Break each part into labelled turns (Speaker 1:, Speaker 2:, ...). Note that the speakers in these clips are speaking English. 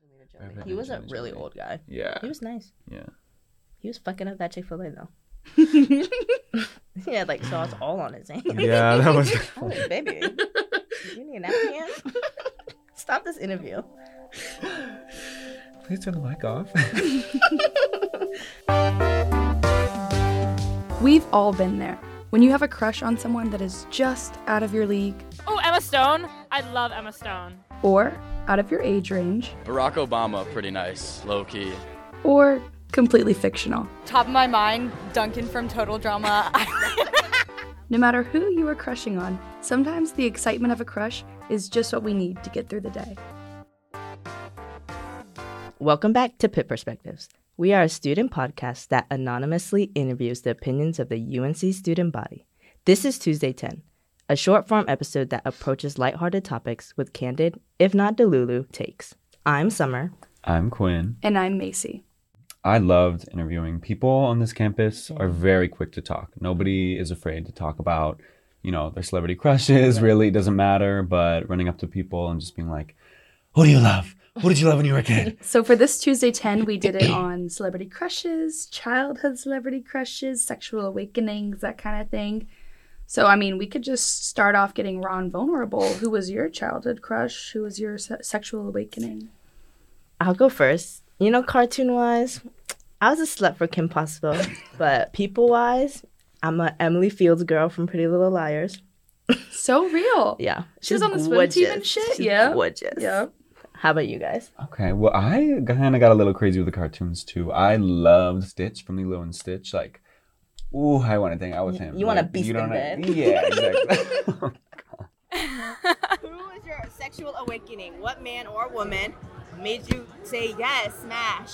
Speaker 1: Joey.
Speaker 2: I've
Speaker 1: He
Speaker 2: had
Speaker 1: was a
Speaker 2: Joey
Speaker 1: really
Speaker 2: Joey.
Speaker 1: old guy.
Speaker 2: Yeah.
Speaker 1: He was nice.
Speaker 2: Yeah.
Speaker 1: He was fucking up that Chick Fil A though. he had like sauce all on his hand.
Speaker 2: Yeah, that was.
Speaker 1: I was like, baby, you need a napkin. Stop this interview.
Speaker 2: Please turn the mic off.
Speaker 3: We've all been there. When you have a crush on someone that is just out of your league
Speaker 4: Oh, Emma Stone. I love Emma Stone.
Speaker 3: or out of your age range
Speaker 5: Barack Obama, pretty nice, low key.
Speaker 3: or completely fictional.
Speaker 6: Top of my mind, Duncan from Total Drama.
Speaker 3: No matter who you are crushing on, sometimes the excitement of a crush is just what we need to get through the day.
Speaker 1: Welcome back to Pit Perspectives. We are a student podcast that anonymously interviews the opinions of the UNC student body. This is Tuesday 10, a short form episode that approaches lighthearted topics with candid, if not Delulu, takes. I'm Summer.
Speaker 2: I'm Quinn.
Speaker 3: And I'm Macy.
Speaker 2: I loved interviewing. People on this campus are very quick to talk. Nobody is afraid to talk about, you know, their celebrity crushes. Really, it doesn't matter. But running up to people and just being like, "Who do you love? Who did you love when you were a kid?"
Speaker 3: So for this Tuesday 10, we did it on celebrity crushes, childhood celebrity crushes, sexual awakenings, that kind of thing. So I mean, we could just start off getting raw and vulnerable. Who was your childhood crush? Who was your se- sexual awakening?
Speaker 1: I'll go first. You know, cartoon wise, I was a slut for Kim Possible, but people wise, I'm a Emily Fields girl from Pretty Little Liars.
Speaker 3: So real.
Speaker 1: Yeah,
Speaker 3: She was on the swim team and
Speaker 1: gorgeous.
Speaker 3: shit?
Speaker 1: She's
Speaker 3: Yeah.
Speaker 1: gorgeous.
Speaker 3: Yeah.
Speaker 1: How about you guys?
Speaker 2: okay. Well, I kind of got a little crazy with the cartoons too. I loved Stitch from Lilo and Stitch. Like, ooh, I want to hang out with him.
Speaker 1: you want a
Speaker 2: Like,
Speaker 1: beast in
Speaker 2: don't know-
Speaker 1: bed.
Speaker 2: Yeah, exactly.
Speaker 7: Who was your sexual awakening? What man or woman made you say yes, smash?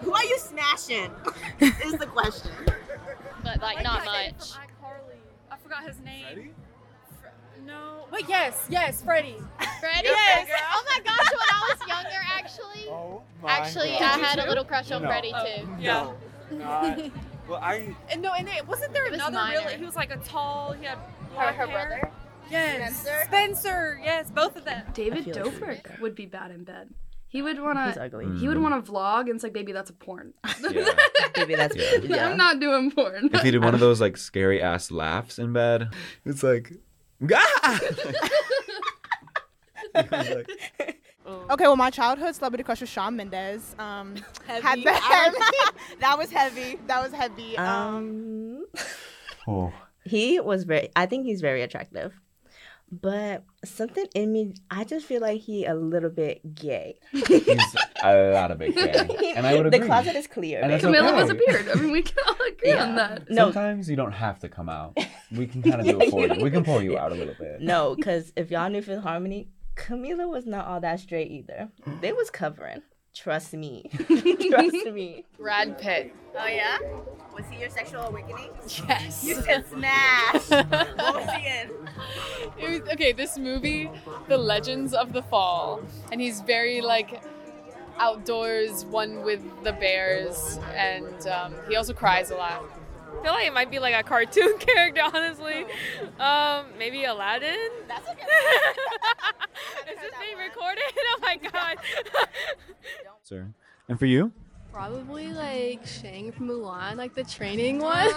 Speaker 7: Who are you smashing? is the question.
Speaker 8: but like not much.
Speaker 4: I forgot his name. No.
Speaker 6: Wait, yes, yes, Freddie.
Speaker 8: Freddie?
Speaker 6: Yes.
Speaker 8: Oh my gosh, when I was younger, actually,
Speaker 9: Oh my
Speaker 8: actually
Speaker 9: God.
Speaker 8: I had a little crush on
Speaker 9: No.
Speaker 8: Freddie
Speaker 4: Oh.
Speaker 8: too.
Speaker 4: Yeah.
Speaker 9: No, not- well, I
Speaker 6: And no, and it, wasn't there
Speaker 8: It was
Speaker 6: another
Speaker 8: minor.
Speaker 6: really? He was like a tall. He had
Speaker 10: Oh.
Speaker 8: Her,
Speaker 6: black
Speaker 8: her
Speaker 6: hair.
Speaker 8: brother.
Speaker 6: Yes.
Speaker 7: Spencer?
Speaker 6: Spencer. Yes, both of them.
Speaker 3: David
Speaker 1: feel like
Speaker 3: Dobrik
Speaker 1: Freddie.
Speaker 3: would be bad in bed. He would
Speaker 1: He's mm.
Speaker 3: wanna
Speaker 1: ugly.
Speaker 3: he would wanna vlog and it's like, baby, that's a porn.
Speaker 2: Yeah.
Speaker 1: Maybe that's
Speaker 2: Yeah.
Speaker 1: yeah.
Speaker 3: I'm not doing porn.
Speaker 2: If he did one of those like scary ass laughs in bed, it's like, ah! He was like,
Speaker 11: Okay, well, my childhood celebrity crush was Shawn Mendes. Um, had the- that was heavy. That was heavy. Um,
Speaker 1: Um,
Speaker 2: oh.
Speaker 1: he was very. I think he's very attractive, but something in me, I just feel like he a little bit gay.
Speaker 2: He's a lot of big fan. And I would agree.
Speaker 1: the closet is clear.
Speaker 2: And that's
Speaker 1: baby.
Speaker 3: Camilla
Speaker 2: okay.
Speaker 3: was a beard. I mean we can all agree on that.
Speaker 1: no,
Speaker 2: Sometimes you don't have to come out. We can kind of do
Speaker 1: Yeah,
Speaker 2: it for
Speaker 1: you-
Speaker 2: you. We can pull you
Speaker 1: yeah.
Speaker 2: out a little bit.
Speaker 1: no, because if y'all knew Fifth Harmony, Camila was not all that straight either. They was covering. Trust me. Trust me.
Speaker 8: Brad Pitt.
Speaker 7: Oh yeah? Was he your sexual awakening? Yes. You said smash. what was he in?
Speaker 4: It was, okay, this movie, The Legends of the Fall, and he's very like outdoors, one with the bears, and um, he also cries a lot. I feel like it might be like a cartoon character, honestly. Um, maybe Aladdin.
Speaker 7: That's okay.
Speaker 4: Is this
Speaker 7: that
Speaker 4: being
Speaker 7: one.
Speaker 4: recorded? Oh my god.
Speaker 2: Sir. And for you?
Speaker 8: Probably like Shang from Mulan, like the training one,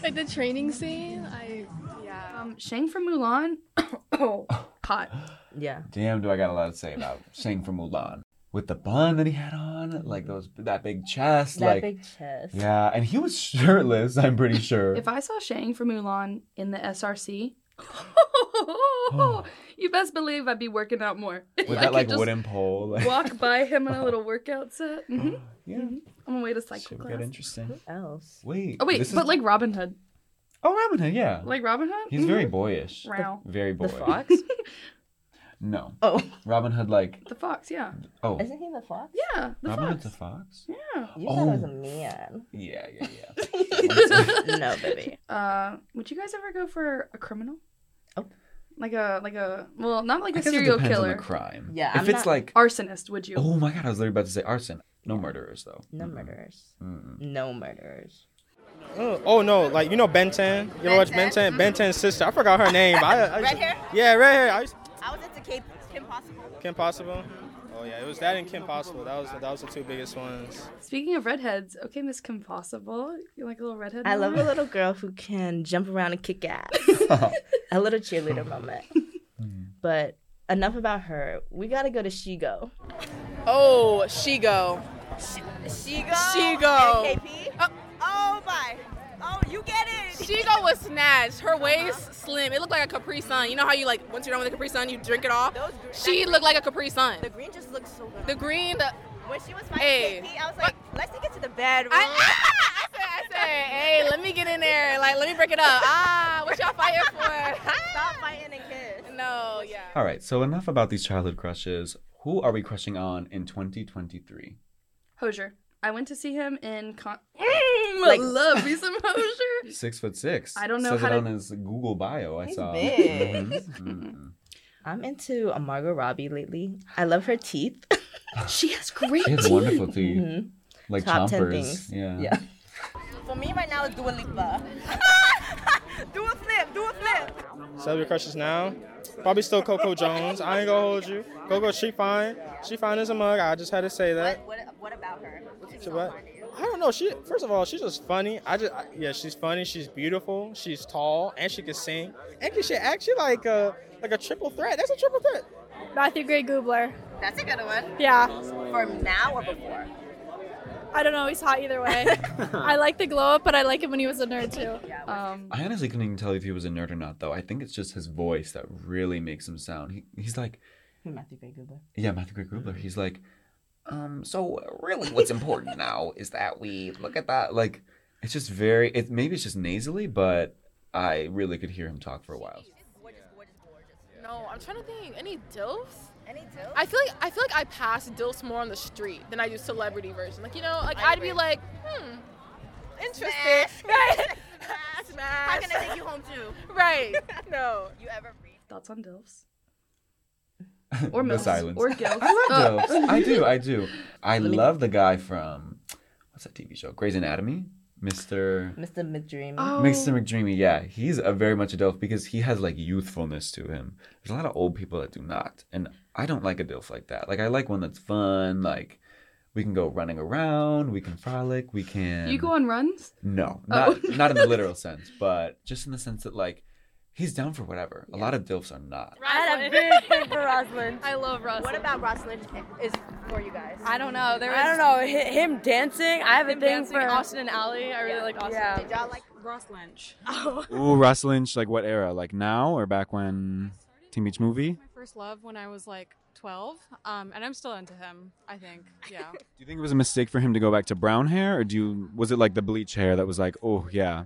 Speaker 8: like the training scene. I yeah.
Speaker 3: Um Shang from Mulan. oh hot.
Speaker 1: Yeah.
Speaker 2: Damn, do I got a lot to say about Shang from Mulan. With the bun that he had on, like those that big chest,
Speaker 1: That
Speaker 2: like
Speaker 1: big chest.
Speaker 2: yeah, and he was shirtless. I'm pretty sure.
Speaker 3: If I saw Shang from Mulan in the SRC you best believe I'd be working out more.
Speaker 2: Oh. With
Speaker 3: I
Speaker 2: that
Speaker 3: could
Speaker 2: like
Speaker 3: just
Speaker 2: wooden pole, like, oh,
Speaker 3: walk by him in a little workout set. hmm
Speaker 2: yeah,
Speaker 3: On the way to cycle
Speaker 2: should
Speaker 3: class.
Speaker 2: get interesting.
Speaker 1: Who else?
Speaker 2: Wait.
Speaker 3: Oh wait,
Speaker 2: this is-
Speaker 3: but like Robin Hood.
Speaker 2: Oh, Robin Hood, yeah.
Speaker 3: Like Robin Hood?
Speaker 2: He's
Speaker 3: Mhm.
Speaker 2: very boyish.
Speaker 3: Wow.
Speaker 2: Very
Speaker 1: The
Speaker 2: boyish.
Speaker 1: fox?
Speaker 2: No.
Speaker 1: Oh.
Speaker 2: Robin Hood, like,
Speaker 3: The fox, yeah.
Speaker 2: oh.
Speaker 1: Isn't he the fox?
Speaker 3: Yeah, the
Speaker 2: Robin
Speaker 3: fox.
Speaker 2: Hood's a fox?
Speaker 3: yeah.
Speaker 1: You thought it was a
Speaker 2: Oh.
Speaker 1: man.
Speaker 2: Yeah, yeah, yeah.
Speaker 1: no, baby.
Speaker 3: Uh, would you guys ever go for a criminal?
Speaker 1: Oh.
Speaker 3: Like a like a well, not like
Speaker 2: I
Speaker 3: a
Speaker 2: guess it
Speaker 3: serial
Speaker 2: depends on
Speaker 3: killer.
Speaker 2: the crime.
Speaker 1: Yeah,
Speaker 2: If
Speaker 1: I'm
Speaker 2: it's
Speaker 1: not-
Speaker 2: like,
Speaker 3: Arsonist, would you?
Speaker 2: oh my god, I was literally about to say arson. No murderers, though.
Speaker 1: No
Speaker 2: Mm-mm.
Speaker 1: murderers.
Speaker 2: Mm-mm.
Speaker 1: No murderers.
Speaker 9: oh, oh no, like you know Ben 10? You ever watch Ben 10? Ben 10's sister. I forgot her name. I, I used
Speaker 7: Red
Speaker 9: to-
Speaker 7: hair?
Speaker 9: Yeah, red hair. I used
Speaker 7: I was into Kate Kim Possible.
Speaker 9: Kim Possible. Oh yeah, it was that and Kim Possible. That was that was the two biggest ones.
Speaker 3: Speaking of redheads, okay, Miss Kim Possible, you like a little redhead?
Speaker 1: I love a
Speaker 3: moment?
Speaker 1: little girl who can jump around and kick ass. a little cheerleader moment. Mm. But enough about her. We gotta go to Shigo.
Speaker 10: Oh, Shigo.
Speaker 7: Shigo.
Speaker 10: Shigo.
Speaker 7: NKP.
Speaker 10: Oh.
Speaker 7: my. Oh, you get it.
Speaker 10: Shigo was snatched. Her waist slim. It looked like a Capri Sun. You know how you like once you're done with a Capri Sun, you drink it off. she looked like a Capri Sun.
Speaker 7: The green just looks so good.
Speaker 10: The green. The,
Speaker 7: when she was fighting
Speaker 10: Hey.
Speaker 7: KP, I was like, let's take it to the bedroom.
Speaker 11: ah!
Speaker 10: I said, hey, let me get in there. Like, let me break it up. Ah, what y'all fighting for?
Speaker 7: Stop fighting and kiss.
Speaker 10: No, yeah.
Speaker 2: All right, so enough about these childhood crushes. Who are we crushing on in 2023?
Speaker 3: Hosier. I went to see him in con-
Speaker 2: Like-
Speaker 3: love me some Hosier.
Speaker 2: Six foot six.
Speaker 3: I don't know
Speaker 2: Says
Speaker 3: how
Speaker 2: it
Speaker 3: to-
Speaker 2: on his Google bio. I
Speaker 1: He's
Speaker 2: saw.
Speaker 1: big.
Speaker 2: Mhm, mhm.
Speaker 1: I'm into a Margot Robbie lately. I love her teeth.
Speaker 3: she has great
Speaker 2: She has wonderful teeth.
Speaker 1: Mhm.
Speaker 2: Like
Speaker 1: Top 10
Speaker 2: chompers.
Speaker 1: things.
Speaker 2: Yeah.
Speaker 1: Yeah.
Speaker 7: For me right now, it's Dua Lipa. do a flip. Do a flip.
Speaker 9: Celebrity crushes now. Probably still Coco Jones. I ain't gonna hold you. Coco, she fine. She fine as a mug. I just had to say that.
Speaker 7: What, what about her? What you
Speaker 9: She what? I don't know. She first of all, she's just funny. I just I- yeah, she's funny. She's beautiful. She's tall and she can sing. And can she act? She like a like a triple threat. That's a triple threat.
Speaker 12: Matthew Gray Goobler.
Speaker 7: That's a good one.
Speaker 12: Yeah.
Speaker 7: For now or before?
Speaker 12: I don't know. He's hot either way. I like the glow up, but I like him when he was a nerd too. Um,
Speaker 2: I honestly couldn't even tell if he was a nerd or not, though. I think it's just his voice that really makes him sound. He, he's like,
Speaker 1: Matthew Gray Goobler.
Speaker 2: yeah, Matthew Gray Grubler. He's like, um, so really, what's important now is that we look at that. Like, it's just very. It maybe it's just nasally, but I really could hear him talk for a while.
Speaker 10: No, I'm trying to think. Any dilfs?
Speaker 7: Any dilfs?
Speaker 10: I feel like I feel like I pass dilfs more on the street than I do celebrity version. Like you know, like I'd be like, hmm, interesting. Right. Smash.
Speaker 7: How can I take you home too?
Speaker 10: Right. No.
Speaker 7: You ever
Speaker 3: Thoughts on Dilfs?
Speaker 2: Or the silence.
Speaker 3: or Gilf.
Speaker 2: I love
Speaker 3: Oh.
Speaker 2: Dilfs. I do. I do. I
Speaker 1: Let me-
Speaker 2: love the guy from what's that TV show? Grey's Anatomy. Mr.
Speaker 1: Mr. Midream.
Speaker 3: Oh.
Speaker 2: Mr. McDreamy, yeah, he's a very much a DILF because he has like youthfulness to him. There's a lot of old people that do not, and I don't like a DILF like that. Like I like one that's fun. Like we can go running around, we can frolic, we can.
Speaker 3: You go on runs?
Speaker 2: No,
Speaker 3: Oh.
Speaker 2: not not in the literal sense, but just in the sense that like he's down for whatever. A lot of DILFs are not.
Speaker 7: I had a big thing for Rosalind.
Speaker 12: I love Rosalind.
Speaker 7: What about Rosalind is for you guys?
Speaker 12: I don't know. There was,
Speaker 13: I don't know. hi- Him dancing. I have a
Speaker 12: Him
Speaker 13: thing
Speaker 12: dancing,
Speaker 13: for
Speaker 12: Austin and Ally. I really like Austin.
Speaker 13: Yeah.
Speaker 12: Did y'all like
Speaker 13: Ross Lynch? Oh.
Speaker 2: Ooh, Russ Lynch, like what era? Like now or back when Teen Beach Movie?
Speaker 14: my first love when I was like 12, um, and I'm still into him. I think, yeah.
Speaker 2: Do you think it was a mistake for him to go back to brown hair, or do you was it like the bleach hair that was like, oh yeah,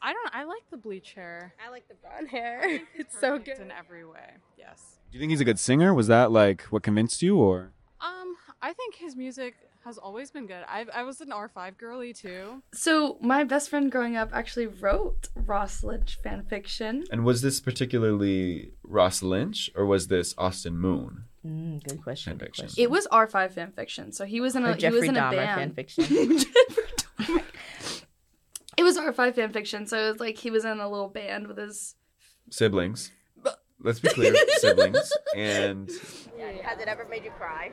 Speaker 14: I don't. I like the bleach hair.
Speaker 13: I like the brown hair. It's so good
Speaker 14: in every way. Yes.
Speaker 2: Do you think he's a good singer? Was that like what convinced you, or
Speaker 14: Um, I think his music has always been good. I I was an R5 girly too.
Speaker 3: So my best friend growing up actually wrote Ross Lynch fan fiction.
Speaker 2: and was this particularly Ross Lynch or was this Austin Moon?
Speaker 1: Mm, good question. Good question.
Speaker 3: It was R five fan fiction, so he was in
Speaker 1: Or
Speaker 3: a he was
Speaker 1: Jeffrey
Speaker 3: in a
Speaker 1: Dahmer
Speaker 3: band.
Speaker 1: fanfiction.
Speaker 3: It was R five fan fiction, so it was like he was in a little band with his.
Speaker 2: Siblings. Let's be clear, siblings. And
Speaker 7: Has it ever made you cry?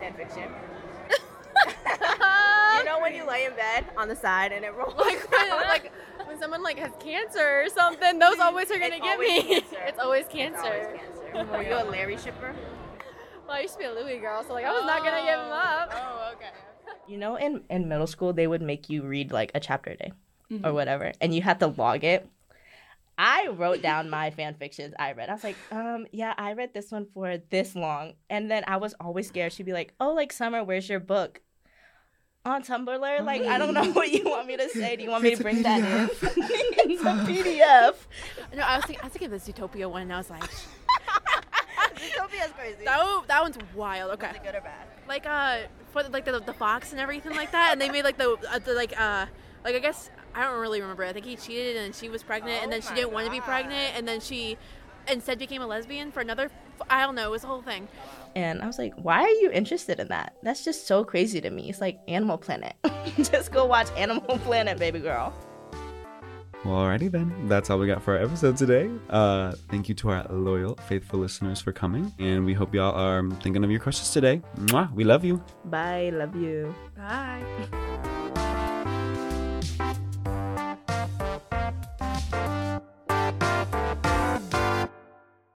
Speaker 7: Fan fiction. you know when you lay in bed on the side and it rolls
Speaker 13: Like when, like when someone like has cancer or something, those always are gonna
Speaker 7: It's
Speaker 13: get
Speaker 7: always
Speaker 13: me.
Speaker 7: cancer.
Speaker 13: It's always
Speaker 7: It's
Speaker 13: cancer.
Speaker 7: always cancer. Were you a Larry shipper?
Speaker 13: Well, I used to be a Louis girl, so like I was not gonna give him up. Oh, okay.
Speaker 1: You know, in, in middle school, they would make you read like a chapter a day or
Speaker 7: Mm-hmm.
Speaker 13: Mhm.
Speaker 1: whatever, and you had to log it. I wrote down my fan fictions I read. I was like, um, yeah, I read this one for this long. And then I was always scared. She'd be like, oh, like, Summer, where's your book? On
Speaker 7: Oh,
Speaker 1: Tumblr? Like, I don't know what you want me to say. Do you want me to bring that in? it's a PDF.
Speaker 13: No, I was thinking, I was thinking of this Utopia one, and I was like,
Speaker 7: Utopia's crazy.
Speaker 13: That, one- that one's wild. Okay.
Speaker 7: good or bad?
Speaker 13: Like uh, for the, like the, the fox and everything like that, and they made like the, uh, the like uh, like I guess I don't really remember. I think he cheated and she was pregnant, and then
Speaker 7: Oh
Speaker 13: she didn't want to be pregnant, and then she instead became a lesbian for another. I don't know. It was the whole thing.
Speaker 1: And I was like, why are you interested in that? That's just so crazy to me. It's like Animal Planet. just go watch Animal Planet, baby girl.
Speaker 2: Well, alrighty then. That's all we got for our episode today. Uh, thank you to our loyal, faithful listeners for coming, and we hope y'all are thinking of your crushes today. Mwah, we love you.
Speaker 1: Bye. Love you.
Speaker 13: Bye.